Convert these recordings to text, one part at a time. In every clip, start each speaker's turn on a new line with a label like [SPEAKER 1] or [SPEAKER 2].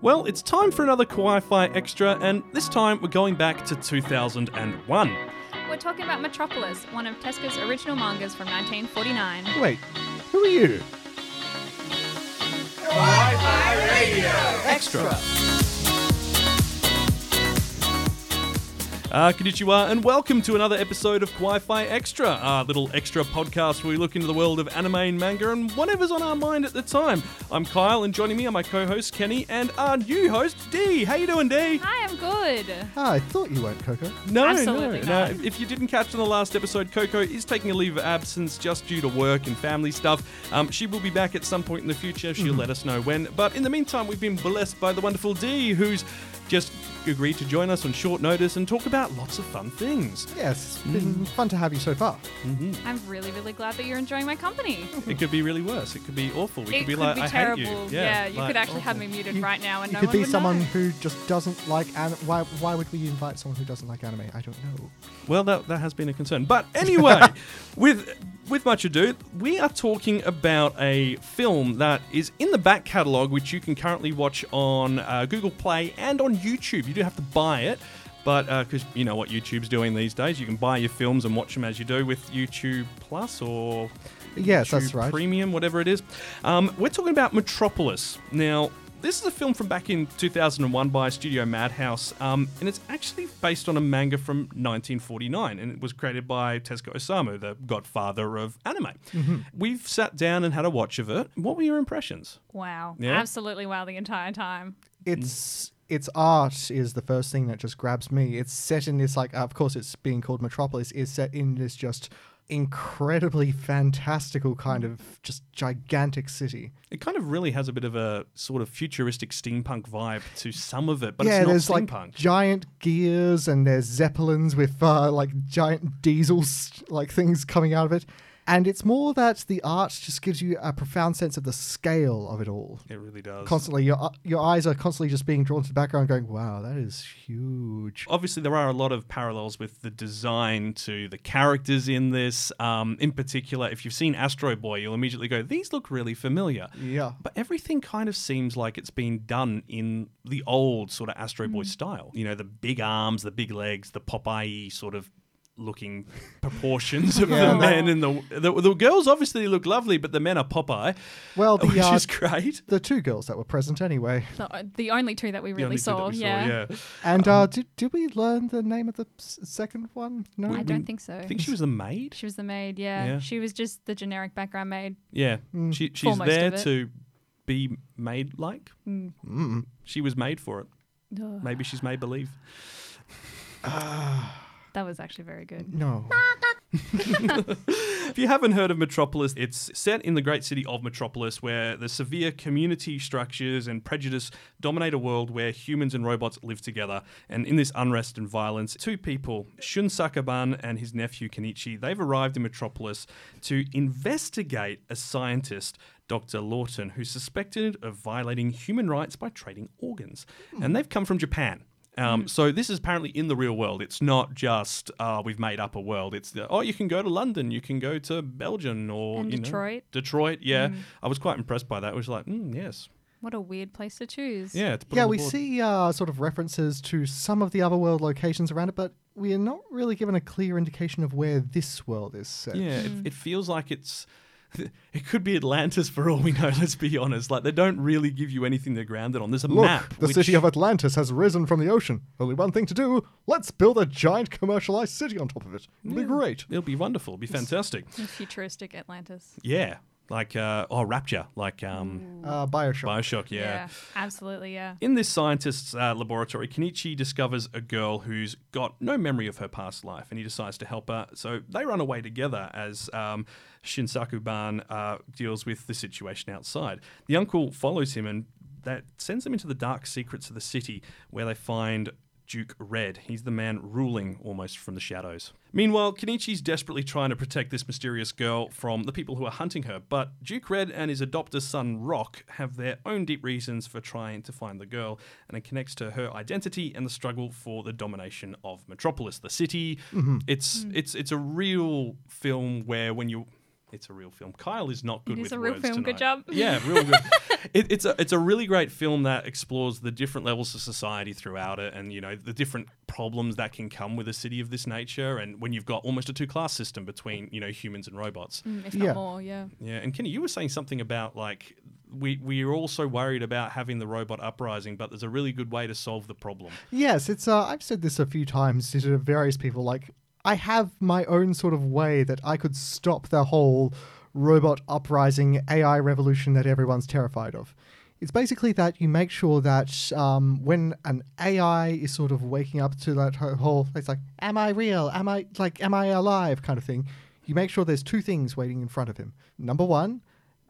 [SPEAKER 1] Well, it's time for another Kawaii Fi Extra, and this time we're going back to 2001.
[SPEAKER 2] We're talking about Metropolis, one of Tesca's original mangas from 1949.
[SPEAKER 3] Wait, who are you?
[SPEAKER 1] Extra! Uh, konnichiwa, and welcome to another episode of Kawaii Fi Extra, our little extra podcast where we look into the world of anime and manga and whatever's on our mind at the time. I'm Kyle, and joining me are my co-host Kenny and our new host Dee. How you doing, Dee?
[SPEAKER 2] Hi, I'm good.
[SPEAKER 3] Ah, I thought you weren't Coco.
[SPEAKER 1] No,
[SPEAKER 2] Absolutely
[SPEAKER 1] no,
[SPEAKER 2] not.
[SPEAKER 1] no. If you didn't catch on the last episode, Coco is taking a leave of absence just due to work and family stuff. Um, she will be back at some point in the future. She'll
[SPEAKER 2] Mm-hmm.
[SPEAKER 1] let us know when. But in the meantime, we've been blessed by the wonderful Dee, who's just agreed to join us on short notice and talk about lots of fun things.
[SPEAKER 3] Yes, it's been fun to have you so far.
[SPEAKER 2] I'm really, really glad that you're enjoying my company.
[SPEAKER 1] It could be really worse. It could be awful. We
[SPEAKER 2] it
[SPEAKER 1] could be like, I hate
[SPEAKER 2] terrible.
[SPEAKER 1] you.
[SPEAKER 2] yeah, you
[SPEAKER 1] like, "Oh,
[SPEAKER 2] could actually have
[SPEAKER 1] awful.
[SPEAKER 2] me muted
[SPEAKER 3] You-
[SPEAKER 2] right now, and
[SPEAKER 3] you
[SPEAKER 2] no
[SPEAKER 3] could
[SPEAKER 2] one
[SPEAKER 3] be
[SPEAKER 2] would
[SPEAKER 3] someone
[SPEAKER 2] know.
[SPEAKER 3] who just doesn't like anime. Why, why would we invite someone who doesn't like anime? I don't know.
[SPEAKER 1] Well, that, that has been a concern. But anyway, with with much ado, we are talking about a film that is in the back catalogue, which you can currently watch on uh, Google Play and on YouTube. You do have to buy it. But because you know what YouTube's doing these days, you can buy your films and watch them as you do with YouTube Plus or
[SPEAKER 3] Yes,
[SPEAKER 1] YouTube
[SPEAKER 3] that's right.
[SPEAKER 1] Premium, whatever it is. Um, we're talking about Metropolis. Now, this is a film from back in 2001 by Studio Madhouse, um, and it's actually based on a manga from 1949, and it was created by Tezuka Osamu, the godfather of anime.
[SPEAKER 3] Mm-hmm.
[SPEAKER 1] We've sat down and had a watch of it. What were your impressions?
[SPEAKER 2] Wow.
[SPEAKER 1] Yeah.
[SPEAKER 2] Absolutely wow the entire time.
[SPEAKER 3] It's its art is the first thing that just grabs me. It's set in this like, of course, it's being called Metropolis. Is set in this just incredibly fantastical kind
[SPEAKER 2] Hmm.
[SPEAKER 3] of just gigantic city.
[SPEAKER 1] It kind of really has a bit of a sort of futuristic steampunk vibe to some of it, but
[SPEAKER 3] yeah,
[SPEAKER 1] it's not
[SPEAKER 3] there's like
[SPEAKER 1] steampunk.
[SPEAKER 3] giant gears and there's zeppelins with uh, like giant diesels like things coming out of it. And it's more that the art just gives you a profound sense of the scale of it all.
[SPEAKER 1] it really does.
[SPEAKER 3] Constantly, your uh, your eyes are constantly just being drawn to the background, going, "Wow, that is huge."
[SPEAKER 1] Obviously, there are a lot of parallels with the design to the characters in this. Um, in particular, if you've seen Astro Boy, you'll immediately go, these look really familiar.
[SPEAKER 3] Yeah.
[SPEAKER 1] But everything kind of seems like it's been done in the old sort of Astro
[SPEAKER 3] Mm.
[SPEAKER 1] Boy style. You know, the big arms, the big legs, the Popeye sort of looking proportions of
[SPEAKER 3] Yeah.
[SPEAKER 1] the men and the, the the girls obviously look lovely but the men are popeye
[SPEAKER 3] Well, the
[SPEAKER 1] which
[SPEAKER 3] uh,
[SPEAKER 1] is great
[SPEAKER 3] the two girls that were present anyway.
[SPEAKER 2] The, uh, the only two that we
[SPEAKER 1] The
[SPEAKER 2] really
[SPEAKER 1] only two that
[SPEAKER 2] saw,
[SPEAKER 1] we saw,
[SPEAKER 2] yeah.
[SPEAKER 1] yeah
[SPEAKER 3] And uh,
[SPEAKER 1] Um,
[SPEAKER 3] did did we learn the name of the s- second one? No.
[SPEAKER 2] I don't think so.
[SPEAKER 1] Mm-hmm. i think she was the maid
[SPEAKER 2] she was the maid, yeah.
[SPEAKER 1] Yeah.
[SPEAKER 2] She was just the generic background maid.
[SPEAKER 1] Yeah, she, she's
[SPEAKER 2] most of
[SPEAKER 1] there
[SPEAKER 2] it. Mm.
[SPEAKER 1] to be made like. She was made for it.
[SPEAKER 2] Ugh,
[SPEAKER 1] Maybe she's made believe.
[SPEAKER 2] that was actually very good.
[SPEAKER 3] No.
[SPEAKER 1] If you haven't heard of Metropolis, it's set in the great city of Metropolis, where the severe community structures and prejudice dominate a world where humans and robots live together. And in this unrest and violence, two people, Shun Sakaban and his nephew Kenichi, they've arrived in Metropolis to investigate a scientist Dr. Lawton, who's suspected of violating human rights by trading organs. And they've come from Japan. Um,
[SPEAKER 2] Mm.
[SPEAKER 1] So this is apparently in the real world. It's not just uh, we've made up a world. It's the, oh, you can go to London, you can go to Belgium or
[SPEAKER 2] And
[SPEAKER 1] you know,
[SPEAKER 2] Detroit. Mm.
[SPEAKER 1] Detroit, yeah. I was quite impressed by that. I was like, mm, yes,
[SPEAKER 2] What a weird place to choose.
[SPEAKER 1] yeah. It's put
[SPEAKER 3] yeah,
[SPEAKER 1] on the
[SPEAKER 3] we
[SPEAKER 1] board.
[SPEAKER 3] see uh, sort of references to some of the other world locations around it, but we are not really given a clear indication of where this world is set.
[SPEAKER 1] Yeah, it,
[SPEAKER 2] Mm.
[SPEAKER 1] it feels like it's. It could be Atlantis for all we know. Let's be honest. Like they don't really give you anything they're grounded on. There's a
[SPEAKER 3] Look,
[SPEAKER 1] map.
[SPEAKER 3] the
[SPEAKER 1] which-
[SPEAKER 3] city of Atlantis has risen from the ocean. Only one thing to do: let's build a giant commercialized city on top of it. It'll be great.
[SPEAKER 1] It'll be wonderful. It'll be fantastic.
[SPEAKER 2] Futuristic Atlantis.
[SPEAKER 1] Yeah, like uh, oh, Rapture, like um,
[SPEAKER 3] Uh, Bioshock.
[SPEAKER 1] Bioshock.
[SPEAKER 2] Absolutely, yeah.
[SPEAKER 1] In this scientist's uh, laboratory, Kenichi discovers a girl who's got no memory of her past life, and he decides to help her. So they run away together as um, Shinsaku Ban uh, deals with the situation outside. The uncle follows him, and that sends them into the dark secrets of the city, where they find Duke Red. He's the man ruling almost from the shadows. Meanwhile, Kenichi's desperately trying to protect this mysterious girl from the people who are hunting her, but Duke Red and his adopter son Rock have their own deep reasons for trying to find the girl, and it connects to her identity and the struggle for the domination
[SPEAKER 2] Mm.
[SPEAKER 1] of Metropolis, the city. It's it's it's a real film where when you It's a real film. Kyle is not good
[SPEAKER 2] It is
[SPEAKER 1] with
[SPEAKER 2] a real
[SPEAKER 1] words
[SPEAKER 2] film. Good
[SPEAKER 1] tonight.
[SPEAKER 2] job.
[SPEAKER 1] Yeah, real good. it, it's a it's a really great film that explores the different levels of society throughout it, and you know the different problems that can come with a city of this nature, and when you've got almost a two class system between you know humans and robots.
[SPEAKER 2] Mm, if
[SPEAKER 3] Yeah.
[SPEAKER 2] not more, yeah.
[SPEAKER 1] Yeah, and Kenny, you were saying something about like we we are also worried about having the robot uprising, but there's a really good way to solve the problem.
[SPEAKER 3] Yes, it's. Uh, I've said this a few times to various people. Like, I have my own sort of way that I could stop the whole robot uprising, AI revolution that everyone's terrified of. It's basically that you make sure that um, when an AI is sort of waking up to that ho- whole, it's like, am I real? Am I like, am I alive? Kind of thing. You make sure there's two things waiting in front of him. Number one,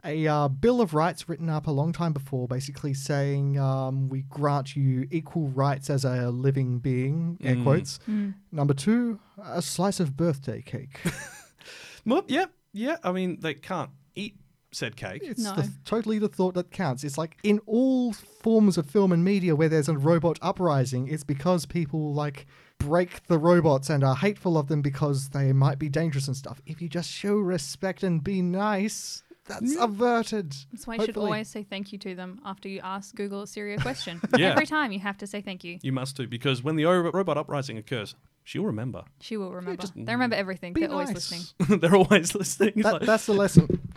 [SPEAKER 3] a uh, bill of rights written up a long time before, basically saying um, we grant you equal rights as a living being. Air quotes. Number two, a slice of birthday cake.
[SPEAKER 1] Well, yeah, yeah. I mean, they can't eat said cake.
[SPEAKER 3] It's
[SPEAKER 2] No.
[SPEAKER 3] the, totally the thought that counts. It's like in all forms of film and media where there's a robot uprising, it's because people like break the robots and are hateful of them because they might be dangerous and stuff. If you just show respect and be nice, that's averted.
[SPEAKER 2] That's why you should
[SPEAKER 3] Hopefully.
[SPEAKER 2] always say thank you to them after you ask Google a serious question.
[SPEAKER 1] Yeah.
[SPEAKER 2] Every time you have to say thank you.
[SPEAKER 1] You must do because when the o- robot uprising occurs, she'll remember.
[SPEAKER 2] She will remember.
[SPEAKER 3] just
[SPEAKER 2] they remember everything.
[SPEAKER 3] be
[SPEAKER 2] They're always
[SPEAKER 3] nice.
[SPEAKER 2] listening.
[SPEAKER 1] They're always listening. It's
[SPEAKER 3] That,
[SPEAKER 1] like,
[SPEAKER 3] that's the lesson.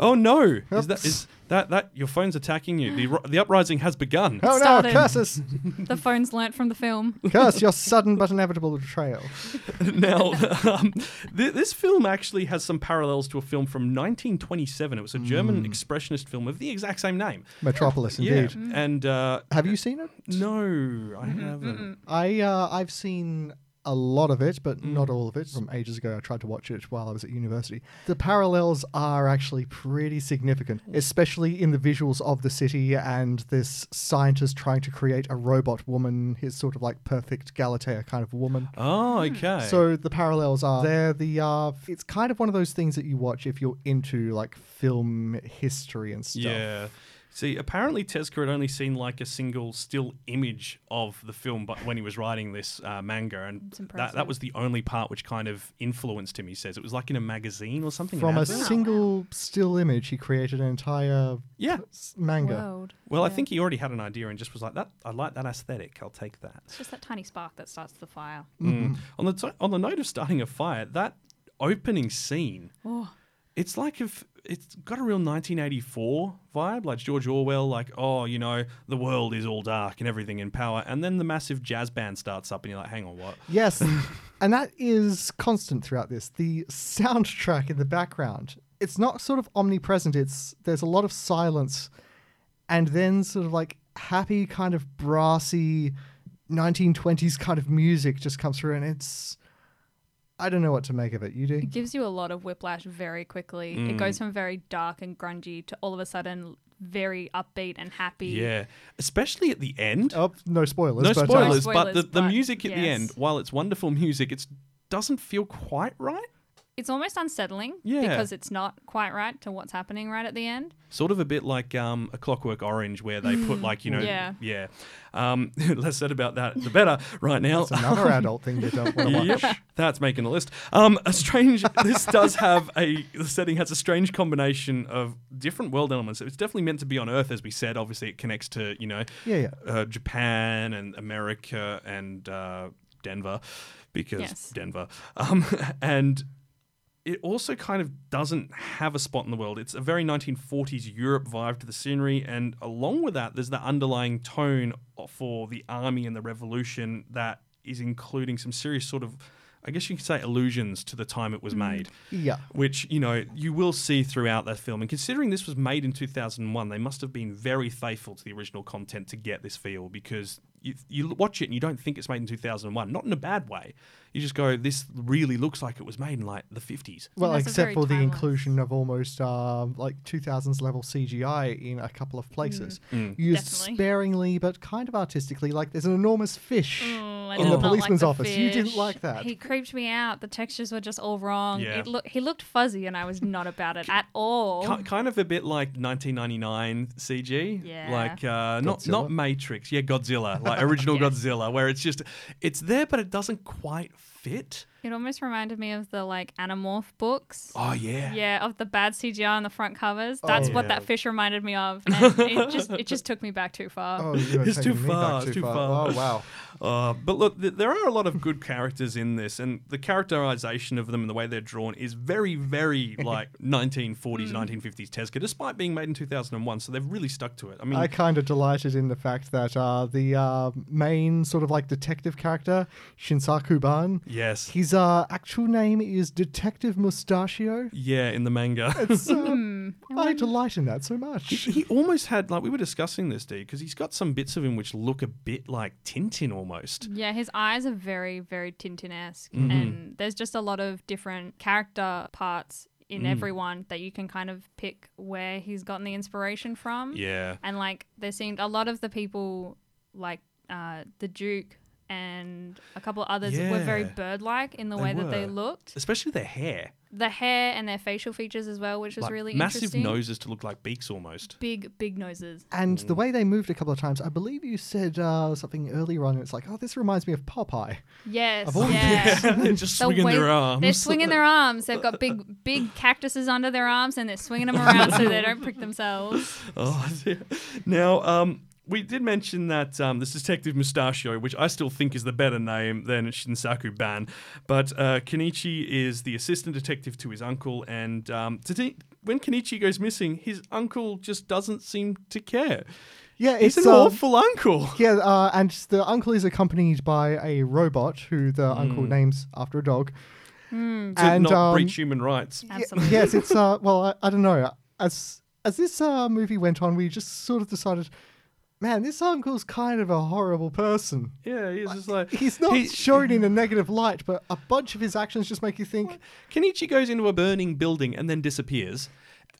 [SPEAKER 1] oh no! Is that
[SPEAKER 3] Oops.
[SPEAKER 1] is that that your phone's attacking you? The ro- the uprising has begun.
[SPEAKER 3] Oh no,
[SPEAKER 2] Started.
[SPEAKER 3] curses!
[SPEAKER 2] the phone's learnt from the film.
[SPEAKER 3] Curse your sudden but inevitable betrayal.
[SPEAKER 1] now, um, th- this film actually has some parallels to a film from 1927. It was a German expressionist film of the exact same name.
[SPEAKER 3] Metropolis, Mm. indeed. Mm-hmm.
[SPEAKER 1] Yeah, and uh,
[SPEAKER 3] Have you seen it?
[SPEAKER 1] no,
[SPEAKER 3] Mm-hmm.
[SPEAKER 1] I haven't.
[SPEAKER 3] I uh, I've seen a lot of it, but not
[SPEAKER 1] Mm.
[SPEAKER 3] all of it. From ages ago, I tried to watch it while I was at university. The parallels are actually pretty significant, especially in the visuals of the city and this scientist trying to create a robot woman, his sort of like perfect Galatea kind of woman.
[SPEAKER 1] Oh, okay.
[SPEAKER 3] Mm. So the parallels are there. The uh, it's kind of one of those things that you watch if you're into like film history and stuff.
[SPEAKER 1] yeah. See, apparently Tezuka had only seen like a single still image of the film, but when he was writing this uh, manga, and
[SPEAKER 2] It's
[SPEAKER 1] that,
[SPEAKER 2] impressive.
[SPEAKER 1] that was the only part which kind of influenced him. He says it was like in a magazine or something. an
[SPEAKER 3] From a
[SPEAKER 1] advert?
[SPEAKER 2] s-
[SPEAKER 3] single still image, he created an entire
[SPEAKER 1] yeah.
[SPEAKER 3] s- manga.
[SPEAKER 2] World.
[SPEAKER 1] Well, I
[SPEAKER 2] Yeah.
[SPEAKER 1] think he already had an idea and just was like that. I like that aesthetic. I'll take that.
[SPEAKER 2] It's just that tiny spark that starts the fire.
[SPEAKER 1] Mm. On the to on the note of starting a fire, that opening scene,
[SPEAKER 2] Oh,
[SPEAKER 1] it's like if it's got a real 1984 vibe, like George Orwell, like oh, you know, the world is all dark and everything in power, and then the massive jazz band starts up, and you're like, hang on, what?
[SPEAKER 3] Yes. and that is constant throughout this. The soundtrack in the background, it's not sort of omnipresent. It's there's a lot of silence and then sort of like happy kind of brassy 1920s kind of music just comes through and it's I don't know what to make of it. You do?
[SPEAKER 2] it gives you a lot of whiplash very quickly.
[SPEAKER 1] Mm.
[SPEAKER 2] It goes from very dark and grungy to all of a sudden very upbeat and happy.
[SPEAKER 1] Yeah, especially at the end.
[SPEAKER 3] Oh, no spoilers.
[SPEAKER 1] no
[SPEAKER 3] but, uh,
[SPEAKER 1] spoilers,
[SPEAKER 2] No
[SPEAKER 1] but the,
[SPEAKER 2] spoilers,
[SPEAKER 1] the
[SPEAKER 2] but
[SPEAKER 1] music at the
[SPEAKER 2] yes.
[SPEAKER 1] end, while it's wonderful music, it's doesn't feel quite right.
[SPEAKER 2] It's almost unsettling
[SPEAKER 1] Yeah.
[SPEAKER 2] because it's not quite right to what's happening right at the end.
[SPEAKER 1] Sort of a bit like um, a Clockwork Orange, where they put like you know,
[SPEAKER 2] Yeah.
[SPEAKER 1] yeah. Um, less said about that, the better. Right now,
[SPEAKER 3] it's another adult thing you don't want to watch.
[SPEAKER 1] Yep, that's making the list. Um, a strange. This does have a the setting has a strange combination of different world elements. It's definitely meant to be on Earth, as we said. Obviously, it connects to you know,
[SPEAKER 3] Yeah, yeah.
[SPEAKER 1] uh, Japan and America and uh, Denver, because
[SPEAKER 2] Yes.
[SPEAKER 1] Denver. Um, and it also kind of doesn't have a spot in the world. It's a very 1940s Europe vibe to the scenery, and along with that, there's the underlying tone for the army and the revolution that is including some serious sort of, I guess you could say, allusions to the time it was made
[SPEAKER 3] Yeah.
[SPEAKER 1] which you know you will see throughout that film. And considering this was made in 2001, they must have been very faithful to the original content to get this feel because you, you watch it and you don't think it's made in 2001, not in a bad way. You just go, this really looks like it was made in like the 50s.
[SPEAKER 3] Well,
[SPEAKER 2] that's a
[SPEAKER 3] except
[SPEAKER 2] very
[SPEAKER 3] for the
[SPEAKER 2] timeless-
[SPEAKER 3] inclusion of almost um, like 2000s level CGI in a couple of places, used
[SPEAKER 2] Mm. Definitely.
[SPEAKER 3] sparingly but kind of artistically. Like there's an enormous fish.
[SPEAKER 2] Mm, I
[SPEAKER 3] In
[SPEAKER 2] did not
[SPEAKER 3] the
[SPEAKER 2] like
[SPEAKER 3] policeman's
[SPEAKER 2] the
[SPEAKER 3] office. You didn't
[SPEAKER 2] fish.
[SPEAKER 3] like that.
[SPEAKER 2] He creeped me out. The textures were just all wrong.
[SPEAKER 1] Yeah.
[SPEAKER 2] It loo- he looked fuzzy, and I was not about it at all.
[SPEAKER 1] Ki- Kind of a bit like 1999 CG,
[SPEAKER 2] Yeah.
[SPEAKER 1] like uh, not
[SPEAKER 3] Godzilla?
[SPEAKER 1] not Matrix, yeah, Godzilla, like original
[SPEAKER 2] Yeah.
[SPEAKER 1] Godzilla, where it's just it's there but it doesn't quite fit.
[SPEAKER 2] It almost reminded me of the like Animorph books.
[SPEAKER 1] Oh yeah.
[SPEAKER 2] Yeah, of the bad CGI on the front covers.
[SPEAKER 3] Oh,
[SPEAKER 2] That's what
[SPEAKER 4] yeah.
[SPEAKER 2] that fish reminded me of. And it just it just took me back too far.
[SPEAKER 3] Oh, you are
[SPEAKER 1] It's too
[SPEAKER 3] taking me back
[SPEAKER 1] far, it's too far.
[SPEAKER 3] Oh, wow.
[SPEAKER 1] Uh, but look, th- there are a lot of good characters in this, and the characterization of them and the way they're drawn is very, very like 1940s,
[SPEAKER 2] Hmm.
[SPEAKER 1] 1950s Tezuka, despite being made in 2001. So they've really stuck to it. I mean,
[SPEAKER 3] I kind of delighted in the fact that uh, the uh, main sort of like detective character, Shinsaku Ban,
[SPEAKER 1] yes,
[SPEAKER 3] his uh, actual name is Detective Mustachio.
[SPEAKER 1] yeah, in the manga.
[SPEAKER 2] Hmm.
[SPEAKER 3] So, I delight in that so
[SPEAKER 1] He-
[SPEAKER 3] much.
[SPEAKER 1] He almost had like we were discussing this, D, because he's got some bits of him which look a bit like Tintin almost.
[SPEAKER 2] Yeah, his eyes are very, very Tintin esque.
[SPEAKER 1] Mm-hmm.
[SPEAKER 2] And there's just a lot of different character parts in
[SPEAKER 1] Mm.
[SPEAKER 2] everyone that you can kind of pick where he's gotten the inspiration from.
[SPEAKER 1] Yeah,
[SPEAKER 2] And like, there seemed a lot of the people, like uh, the Duke and a couple of others, were very
[SPEAKER 1] Yeah.
[SPEAKER 2] bird like in the
[SPEAKER 1] They
[SPEAKER 2] way that they
[SPEAKER 1] were.
[SPEAKER 2] looked.
[SPEAKER 1] especially their hair,
[SPEAKER 2] The hair and their facial features as well, which was
[SPEAKER 1] like
[SPEAKER 2] really
[SPEAKER 1] massive
[SPEAKER 2] interesting.
[SPEAKER 1] noses to look like beaks almost.
[SPEAKER 2] Big, big noses.
[SPEAKER 3] And
[SPEAKER 1] Mm.
[SPEAKER 3] the way they moved a couple of times, I believe you said uh, something earlier on. It's like, oh, this reminds me of Popeye.
[SPEAKER 2] Yes.
[SPEAKER 3] Of all-
[SPEAKER 2] yeah.
[SPEAKER 1] they're just
[SPEAKER 2] The
[SPEAKER 1] swinging
[SPEAKER 2] way-
[SPEAKER 1] their arms.
[SPEAKER 2] They're swinging their arms. They've got big, big cactuses under their arms, and they're swinging them around so they don't prick themselves.
[SPEAKER 1] Oh, dear. Now, um, we did mention that um, this Detective Mustachio, which I still think is the better name than Shinsaku Ban, but uh, Kenichi is the assistant detective to his uncle, and um, today, when Kenichi goes missing, his uncle just doesn't seem to care.
[SPEAKER 3] Yeah,
[SPEAKER 1] He's
[SPEAKER 3] it's
[SPEAKER 1] an
[SPEAKER 3] um,
[SPEAKER 1] awful uncle.
[SPEAKER 3] Yeah, uh, and the uncle is accompanied by a robot who the uncle names after a dog.
[SPEAKER 1] Mm. To
[SPEAKER 3] And
[SPEAKER 1] not
[SPEAKER 3] um,
[SPEAKER 1] breach human rights.
[SPEAKER 3] y-
[SPEAKER 2] Absolutely.
[SPEAKER 3] yes, it's uh, well, I, I don't know. As as this uh, movie went on, we just sort of decided, man, this uncle's kind of a horrible person.
[SPEAKER 1] Yeah, he's just like
[SPEAKER 3] He's not
[SPEAKER 1] He-
[SPEAKER 3] shown in a negative light, but a bunch of his actions just make you think.
[SPEAKER 1] Kenichi goes into a burning building and then disappears,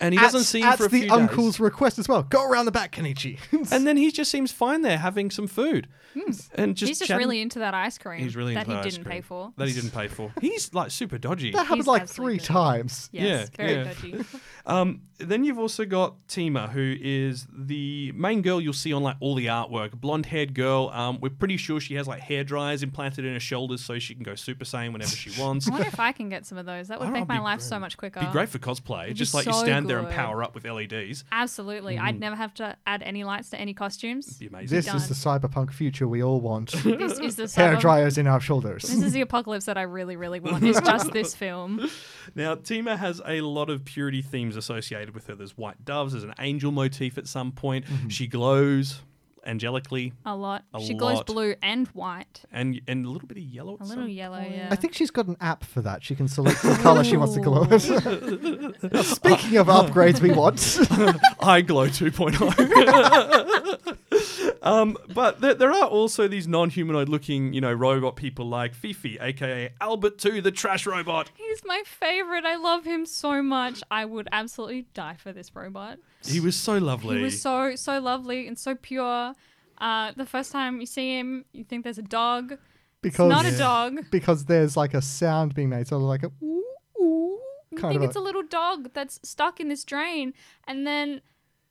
[SPEAKER 1] and he
[SPEAKER 3] At-
[SPEAKER 1] doesn't see him
[SPEAKER 3] at
[SPEAKER 1] for a
[SPEAKER 3] the
[SPEAKER 1] few days.
[SPEAKER 3] uncle's request as well. Go around the back, Kenichi.
[SPEAKER 1] And then he just seems fine there having some food. And just
[SPEAKER 2] Hmm. he's just
[SPEAKER 1] chatting-
[SPEAKER 2] really into that ice cream
[SPEAKER 1] He's really
[SPEAKER 2] that
[SPEAKER 1] into
[SPEAKER 2] he
[SPEAKER 1] that ice
[SPEAKER 2] didn't
[SPEAKER 1] cream.
[SPEAKER 2] pay for.
[SPEAKER 1] That he didn't pay for. He's like super dodgy.
[SPEAKER 3] that happened
[SPEAKER 2] He's
[SPEAKER 3] like
[SPEAKER 2] absolutely
[SPEAKER 3] three
[SPEAKER 2] good.
[SPEAKER 3] times.
[SPEAKER 2] Yes,
[SPEAKER 1] Yeah,
[SPEAKER 2] very
[SPEAKER 1] yeah.
[SPEAKER 2] dodgy.
[SPEAKER 1] Um, then you've also got Tima, who is the main girl you'll see on like all the artwork. Blonde haired girl. Um, we're pretty sure she has like hair dryers implanted in her shoulders so she can go Super Saiyan whenever she wants.
[SPEAKER 2] I wonder if I can get some of those. That would
[SPEAKER 1] Oh,
[SPEAKER 2] make
[SPEAKER 1] it'd
[SPEAKER 2] my
[SPEAKER 1] be
[SPEAKER 2] life so
[SPEAKER 1] great.
[SPEAKER 2] much quicker.
[SPEAKER 1] Be great for cosplay.
[SPEAKER 2] It'd be
[SPEAKER 1] just like you
[SPEAKER 2] so
[SPEAKER 1] stand there and
[SPEAKER 2] good.
[SPEAKER 1] power up with E LEDs.
[SPEAKER 2] Absolutely.
[SPEAKER 3] Mm.
[SPEAKER 2] I'd never have to add any lights to any costumes.
[SPEAKER 1] Be amazing.
[SPEAKER 3] This is the cyberpunk future we all want.
[SPEAKER 2] This is the
[SPEAKER 3] Hair
[SPEAKER 2] cyber-
[SPEAKER 3] dryers in our shoulders.
[SPEAKER 2] This is the apocalypse that I really, really want. It's just this film.
[SPEAKER 1] Now, Tima has a lot of purity themes associated with her. There's white doves, there's an angel motif at some point. She glows angelically
[SPEAKER 2] A lot.
[SPEAKER 1] A
[SPEAKER 2] she glows
[SPEAKER 1] lot.
[SPEAKER 2] blue and white.
[SPEAKER 1] and and a little bit of yellow at
[SPEAKER 2] A
[SPEAKER 1] some
[SPEAKER 2] little yellow, yeah.
[SPEAKER 3] I think she's got an app for that. She can select the color she wants to glow at. Speaking of upgrades we want,
[SPEAKER 1] I glow 2.0. um, but there, there are also these non-humanoid looking, you know, robot people like Fifi, aka Albert 2, the trash robot.
[SPEAKER 2] He's my favorite. I love him so much. I would absolutely die for this robot.
[SPEAKER 1] He was so lovely.
[SPEAKER 2] He was so so lovely and so pure. Uh, the first time you see him, you think there's a dog.
[SPEAKER 3] because
[SPEAKER 2] Not a dog.
[SPEAKER 3] because there's like a sound being made, so like a ooh ooh
[SPEAKER 2] You
[SPEAKER 3] kind
[SPEAKER 2] think
[SPEAKER 3] of.
[SPEAKER 2] it's a little dog that's stuck in this drain, and then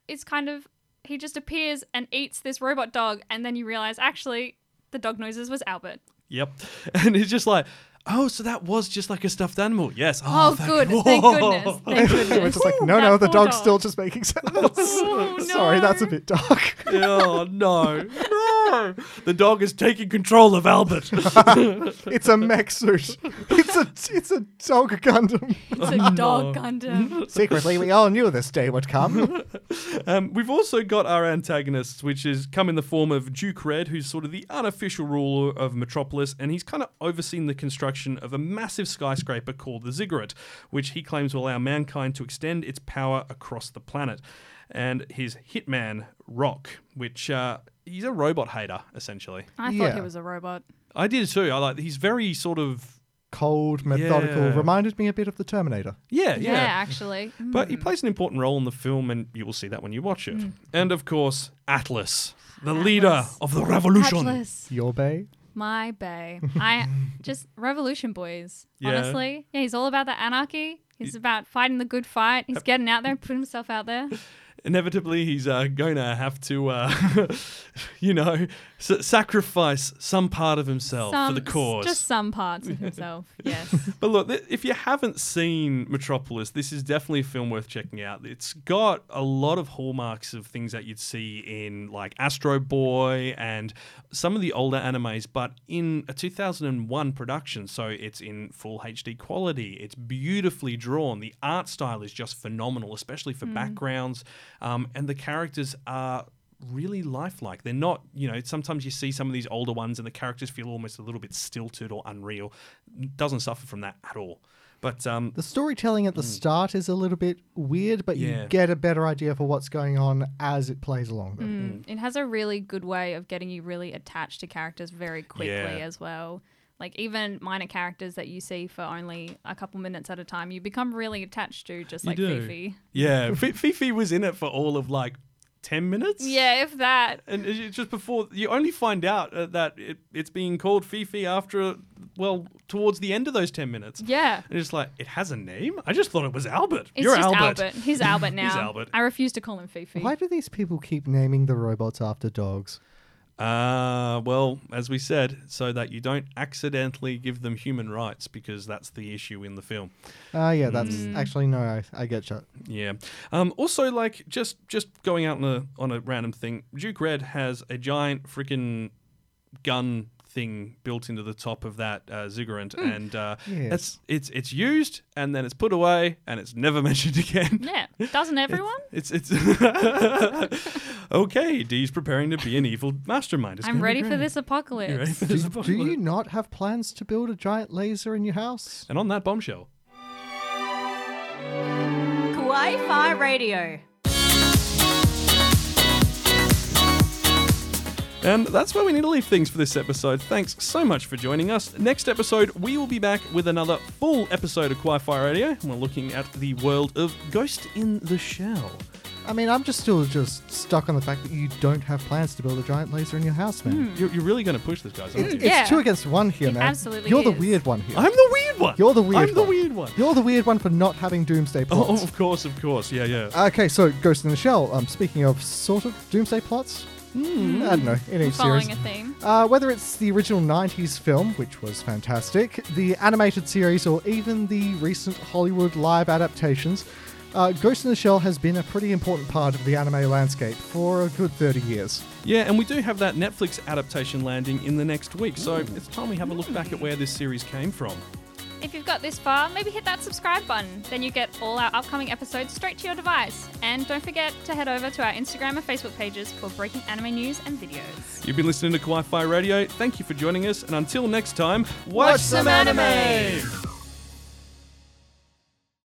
[SPEAKER 2] it's kind of he just appears and eats this robot dog, and then you realize actually the dog noises was Albert.
[SPEAKER 1] yep. And it's just like, oh, so that was just like a stuffed animal. Yes.
[SPEAKER 2] Oh,
[SPEAKER 1] thank-
[SPEAKER 2] good, thank
[SPEAKER 1] Whoa.
[SPEAKER 2] goodness, thank
[SPEAKER 3] it was
[SPEAKER 2] goodness.
[SPEAKER 3] just like no
[SPEAKER 2] That
[SPEAKER 3] no the
[SPEAKER 2] poor
[SPEAKER 3] dog's
[SPEAKER 2] dog.
[SPEAKER 3] still just making sounds.
[SPEAKER 2] Oh,
[SPEAKER 3] Sorry, that's a
[SPEAKER 2] no.
[SPEAKER 3] bit dark.
[SPEAKER 1] oh no. No. The dog is taking control of Albert.
[SPEAKER 3] it's a mech suit. It's a it's a dog Gundam.
[SPEAKER 2] It's a dog Gundam.
[SPEAKER 3] Secretly, we all knew this day would come.
[SPEAKER 1] Um, we've also got our antagonists, which is come in the form of Duke Red, who's sort of the unofficial ruler of Metropolis, and he's kind of overseen the construction of a massive skyscraper called the Ziggurat, which he claims will allow mankind to extend its power across the planet. And his hitman, Rock, which uh, he's a robot hater, essentially.
[SPEAKER 2] I thought
[SPEAKER 3] Yeah.
[SPEAKER 2] he was a robot.
[SPEAKER 1] I did too. I like he's very sort of
[SPEAKER 3] Cold, methodical,
[SPEAKER 1] Yeah.
[SPEAKER 3] reminded me a bit of the Terminator.
[SPEAKER 1] yeah,
[SPEAKER 2] Yeah,
[SPEAKER 1] yeah.
[SPEAKER 2] actually. Mm.
[SPEAKER 1] But
[SPEAKER 2] Mm-hmm.
[SPEAKER 1] he plays an important role in the film, and you will see that when you watch it. And of course, Atlas, the leader
[SPEAKER 2] Mm. Atlas.
[SPEAKER 1] of the revolution.
[SPEAKER 2] Atlas.
[SPEAKER 3] Yorbe.
[SPEAKER 2] My bay. I just revolution boys.
[SPEAKER 1] Yeah.
[SPEAKER 2] Honestly, yeah, he's all about the anarchy. He's about fighting the good fight. He's getting out there, putting himself out there.
[SPEAKER 1] inevitably he's uh, going to have to, uh, you know, s- sacrifice some part of himself
[SPEAKER 2] some,
[SPEAKER 1] for the cause.
[SPEAKER 2] Just some parts of himself. yes.
[SPEAKER 1] But look, th- if you haven't seen Metropolis, this is definitely a film worth checking out. It's got a lot of hallmarks of things that you'd see in like Astro Boy and some of the older animes, but in a 2001 production. So it's in full HD quality. It's beautifully drawn. The art style is just phenomenal, especially for backgrounds. Um, and the characters are really lifelike. They're not, you know, sometimes you see some of these older ones and the characters feel almost a little bit stilted or unreal. Doesn't suffer from that at all. But um,
[SPEAKER 3] The storytelling at the start is a little bit weird, but
[SPEAKER 1] Yeah.
[SPEAKER 3] you get a better idea for what's going on as it plays along. Though.
[SPEAKER 2] Mm. It has a really good way of getting you really attached to characters very quickly
[SPEAKER 1] Yeah.
[SPEAKER 2] as well. Like even minor characters that you see for only a couple minutes at a time, you become really attached to, just
[SPEAKER 1] You
[SPEAKER 2] like
[SPEAKER 1] do.
[SPEAKER 2] Fifi.
[SPEAKER 1] yeah, F- Fifi was in it for all of like 10 minutes.
[SPEAKER 2] Yeah, if that.
[SPEAKER 1] And it- it's just before, you only find out uh, that it, it's being called Fifi after, well, towards the end of those 10 minutes.
[SPEAKER 2] Yeah.
[SPEAKER 1] And it's like, it has a name? I just thought it was Albert.
[SPEAKER 2] It's
[SPEAKER 1] You're
[SPEAKER 2] just
[SPEAKER 1] Albert.
[SPEAKER 2] Albert. He's Albert now.
[SPEAKER 1] Albert.
[SPEAKER 2] I refuse to call him Fifi.
[SPEAKER 3] Why do these people keep naming the robots after dogs?
[SPEAKER 1] Uh, well, as we said, so that you don't accidentally give them human rights because that's the issue in the film.
[SPEAKER 3] Ah, yeah, that's actually no. I, I get you.
[SPEAKER 1] Yeah. Um, also, like just just going out on a on a random thing, Duke Red has a giant freaking gun thing built into the top of that uh, Ziggurat,
[SPEAKER 2] Hmm.
[SPEAKER 1] and uh,
[SPEAKER 3] Yes.
[SPEAKER 1] that's it's it's used and then it's put away and it's never mentioned again.
[SPEAKER 2] Yeah. Doesn't everyone?
[SPEAKER 1] It's it's okay. Dee's preparing to be an evil mastermind. It's
[SPEAKER 2] I'm
[SPEAKER 1] gonna be
[SPEAKER 2] ready for
[SPEAKER 1] great.
[SPEAKER 2] this apocalypse.
[SPEAKER 1] You ready for
[SPEAKER 3] Do,
[SPEAKER 1] this
[SPEAKER 3] do you not have plans to build a giant laser in your house?
[SPEAKER 1] And on that bombshell.
[SPEAKER 4] Kawaii Fi Radio.
[SPEAKER 1] And that's where we need to leave things for this episode. Thanks so much for joining us. Next episode, we will be back with another full episode of Quiet Fire Radio, and we're looking at the world of Ghost in the Shell.
[SPEAKER 3] I mean, I'm just still just stuck on the fact that you don't have plans to build a giant laser in your house, man.
[SPEAKER 1] You're, you're really going to push this, guys,
[SPEAKER 3] It's,
[SPEAKER 1] aren't you?
[SPEAKER 2] Hmm. Yeah.
[SPEAKER 3] it's two against one here,
[SPEAKER 2] It
[SPEAKER 3] man.
[SPEAKER 2] absolutely
[SPEAKER 3] You're the
[SPEAKER 2] is.
[SPEAKER 3] weird one here.
[SPEAKER 1] I'm the weird one.
[SPEAKER 3] You're the weird
[SPEAKER 1] I'm the
[SPEAKER 3] one.
[SPEAKER 1] weird one.
[SPEAKER 3] You're the weird one for not having doomsday plots.
[SPEAKER 1] Oh, of course, of course. Yeah, yeah.
[SPEAKER 3] Okay, so Ghost in the Shell. Um, speaking of sort of doomsday plots, I don't know in each
[SPEAKER 2] Hmm. Following
[SPEAKER 3] series.
[SPEAKER 2] a theme.
[SPEAKER 3] Uh, whether it's the original 90s film, which was fantastic, the animated series, or even the recent Hollywood live adaptations, uh, Ghost in the Shell has been a pretty important part of the anime landscape for a good 30 years.
[SPEAKER 1] Yeah, and we do have that Netflix adaptation landing in the next week, so it's time we have a look back at where this series came from.
[SPEAKER 2] If you've got this far, maybe hit that subscribe button. Then you get all our upcoming episodes straight to your device. And don't forget to head over to our Instagram and Facebook pages for breaking anime news and videos.
[SPEAKER 1] You've been listening to Wi Fi Radio. Thank you for joining us, and until next time,
[SPEAKER 2] Watch some anime.